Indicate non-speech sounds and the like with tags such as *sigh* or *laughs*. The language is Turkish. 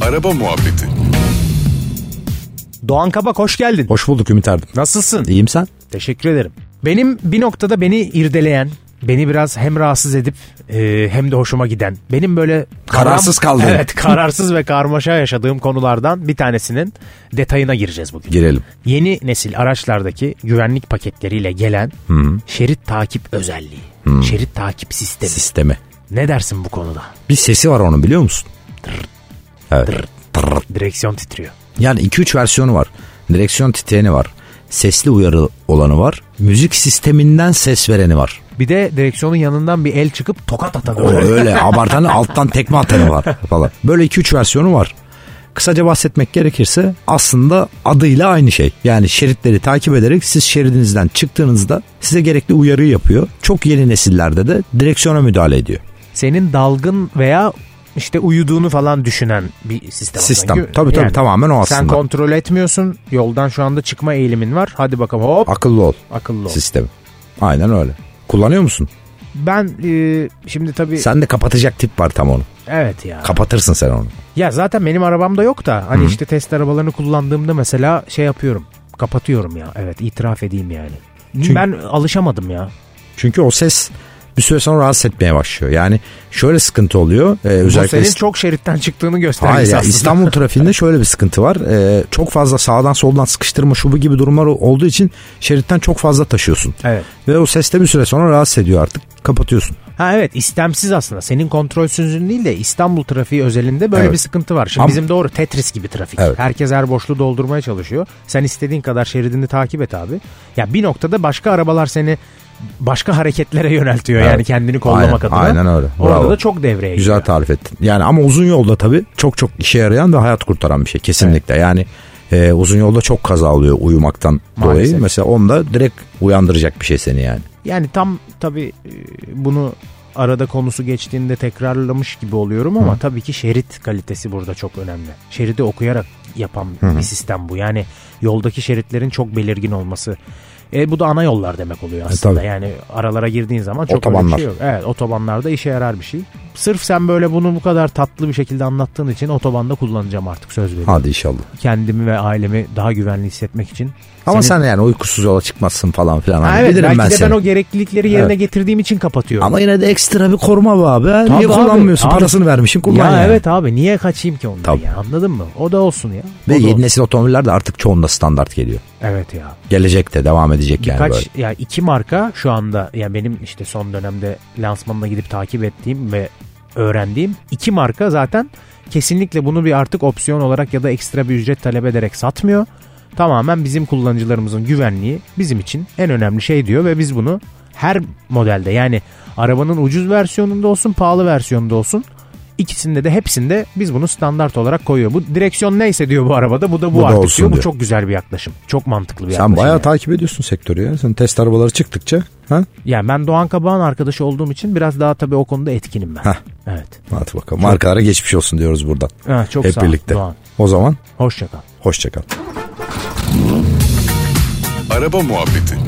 Araba Muhabbeti Doğan Kabak hoş geldin. Hoş bulduk Ümit abi. Nasılsın? İyiyim sen? Teşekkür ederim. Benim bir noktada beni irdeleyen, beni biraz hem rahatsız edip e, hem de hoşuma giden, benim böyle karam- Kararsız kaldığın. Evet, kararsız ve karmaşa yaşadığım konulardan bir tanesinin detayına gireceğiz bugün. Girelim. Yeni nesil araçlardaki güvenlik paketleriyle gelen şerit takip özelliği, şerit takip sistemi. Sisteme. ne dersin bu konuda? Bir sesi var onun biliyor musun? Evet. Tırr. Direksiyon titriyor. Yani 2-3 versiyonu var. Direksiyon titreni var. Sesli uyarı olanı var. Müzik sisteminden ses vereni var. Bir de direksiyonun yanından bir el çıkıp tokat atanı. O öyle abartanı alttan tekme atanı var falan. Böyle 2-3 versiyonu var. Kısaca bahsetmek gerekirse aslında adıyla aynı şey. Yani şeritleri takip ederek siz şeridinizden çıktığınızda size gerekli uyarıyı yapıyor. Çok yeni nesillerde de direksiyona müdahale ediyor. senin dalgın veya işte uyuduğunu falan düşünen bir sistem. Sistem. Çünkü Tabii tabii, tamamen o Sen aslında. kontrol etmiyorsun. Yoldan şu anda çıkma eğilimin var. Hadi bakalım hop Akıllı ol akıllı ol. sistemi. Aynen öyle. Kullanıyor musun? Ben e, şimdi tabii Sen de kapatacak tip var tam onu. evet ya. Kapatırsın sen onu. ya zaten benim arabamda yok da hani işte test arabalarını kullandığımda mesela şey yapıyorum. Kapatıyorum ya. Evet itiraf edeyim yani. ben alışamadım ya. Çünkü o ses bir süre sonra rahatsız etmeye başlıyor. Yani şöyle sıkıntı oluyor. Ee, özellikle Bu senin ist- çok şeritten çıktığını göstergesi Hayır ya, aslında. İstanbul trafiğinde şöyle bir sıkıntı var. Ee, çok fazla sağdan soldan sıkıştırma şubu gibi durumlar olduğu için şeritten çok fazla taşıyorsun. *laughs* Evet. Ve o ses de bir süre sonra rahatsız ediyor artık. Kapatıyorsun. Ha evet istemsiz aslında. Senin kontrolsüzlüğün değil de İstanbul trafiği özelinde böyle Evet. bir sıkıntı var. Şimdi Ama- bizim doğru Tetris gibi trafik. Evet. Herkes her boşluğu doldurmaya çalışıyor. Sen istediğin kadar şeridini takip et abi. Ya bir noktada başka arabalar seni başka hareketlere yöneltiyor yani Evet. kendini kollamak Aynen, adına. aynen öyle. Orada Bravo. da çok devreye Güzel giriyor. tarif ettin. Yani ama uzun yolda tabii çok çok işe yarayan ve hayat kurtaran bir şey kesinlikle. Yani e, uzun yolda çok kaza oluyor uyumaktan Maalesef. dolayı. Mesela onda direkt uyandıracak bir şey seni yani. Yani tam tabii e, bunu arada konusu geçtiğinde tekrarlamış gibi oluyorum ama tabii ki şerit kalitesi burada çok önemli. Şeridi okuyarak yapan bir sistem bu. Yani yoldaki şeritlerin çok belirgin olması. E, bu da ana yollar demek oluyor aslında. E, tabii. yani aralara girdiğin zaman çok öyle bir Otobanlar. şey yok. Evet otobanlarda işe yarar bir şey. Sırf sen böyle bunu bu kadar tatlı bir şekilde anlattığın için otobanda kullanacağım artık söz veriyorum. Hadi inşallah. Kendimi ve ailemi daha güvenli hissetmek için. Ama Senin- sen yani uykusuz yola çıkmazsın falan filan. Ha, Hani evet, bilirim belki ben de seni. ben o gereklilikleri yerine getirdiğim için kapatıyorum. Ama yine de ekstra bir koruma var abi. Tabii Niye abi, kullanmıyorsun? abi. Parasını vermişim ya kullan yani. evet abi niye kaçayım ki ondan Tabii. ya anladın mı? O da olsun ya. O Ve da yeni olsun. nesil otomobiller de artık çoğunda standart geliyor. Evet ya. Gelecekte devam edecek yani Birkaç şey böyle. ya iki marka şu anda ya benim işte son dönemde lansmanına gidip takip ettiğim ve öğrendiğim iki marka zaten kesinlikle bunu bir artık opsiyon olarak ya da ekstra bir ücret talep ederek satmıyor. Tamamen bizim kullanıcılarımızın güvenliği bizim için en önemli şey diyor ve biz bunu her modelde yani arabanın ucuz versiyonunda olsun pahalı versiyonunda olsun ikisinde de hepsinde biz bunu standart olarak koyuyor. Bu direksiyon neyse diyor bu arabada bu da bu, Bu da artık olsun diyor. Bu diyor. çok güzel bir yaklaşım. Çok mantıklı bir yaklaşım. Sen bayağı yani. takip ediyorsun sektörü ya. Sen test arabaları çıktıkça. Ha? Yani ben Doğan Kabağ'ın arkadaşı olduğum için biraz daha tabii o konuda etkinim ben. Heh. Evet. Hadi bakalım. Markalara geçmiş olsun diyoruz buradan. Ha, çok Hep sağ ol birlikte. Doğan. O zaman Hoşçakal. hoşçakal. Araba Muhabbeti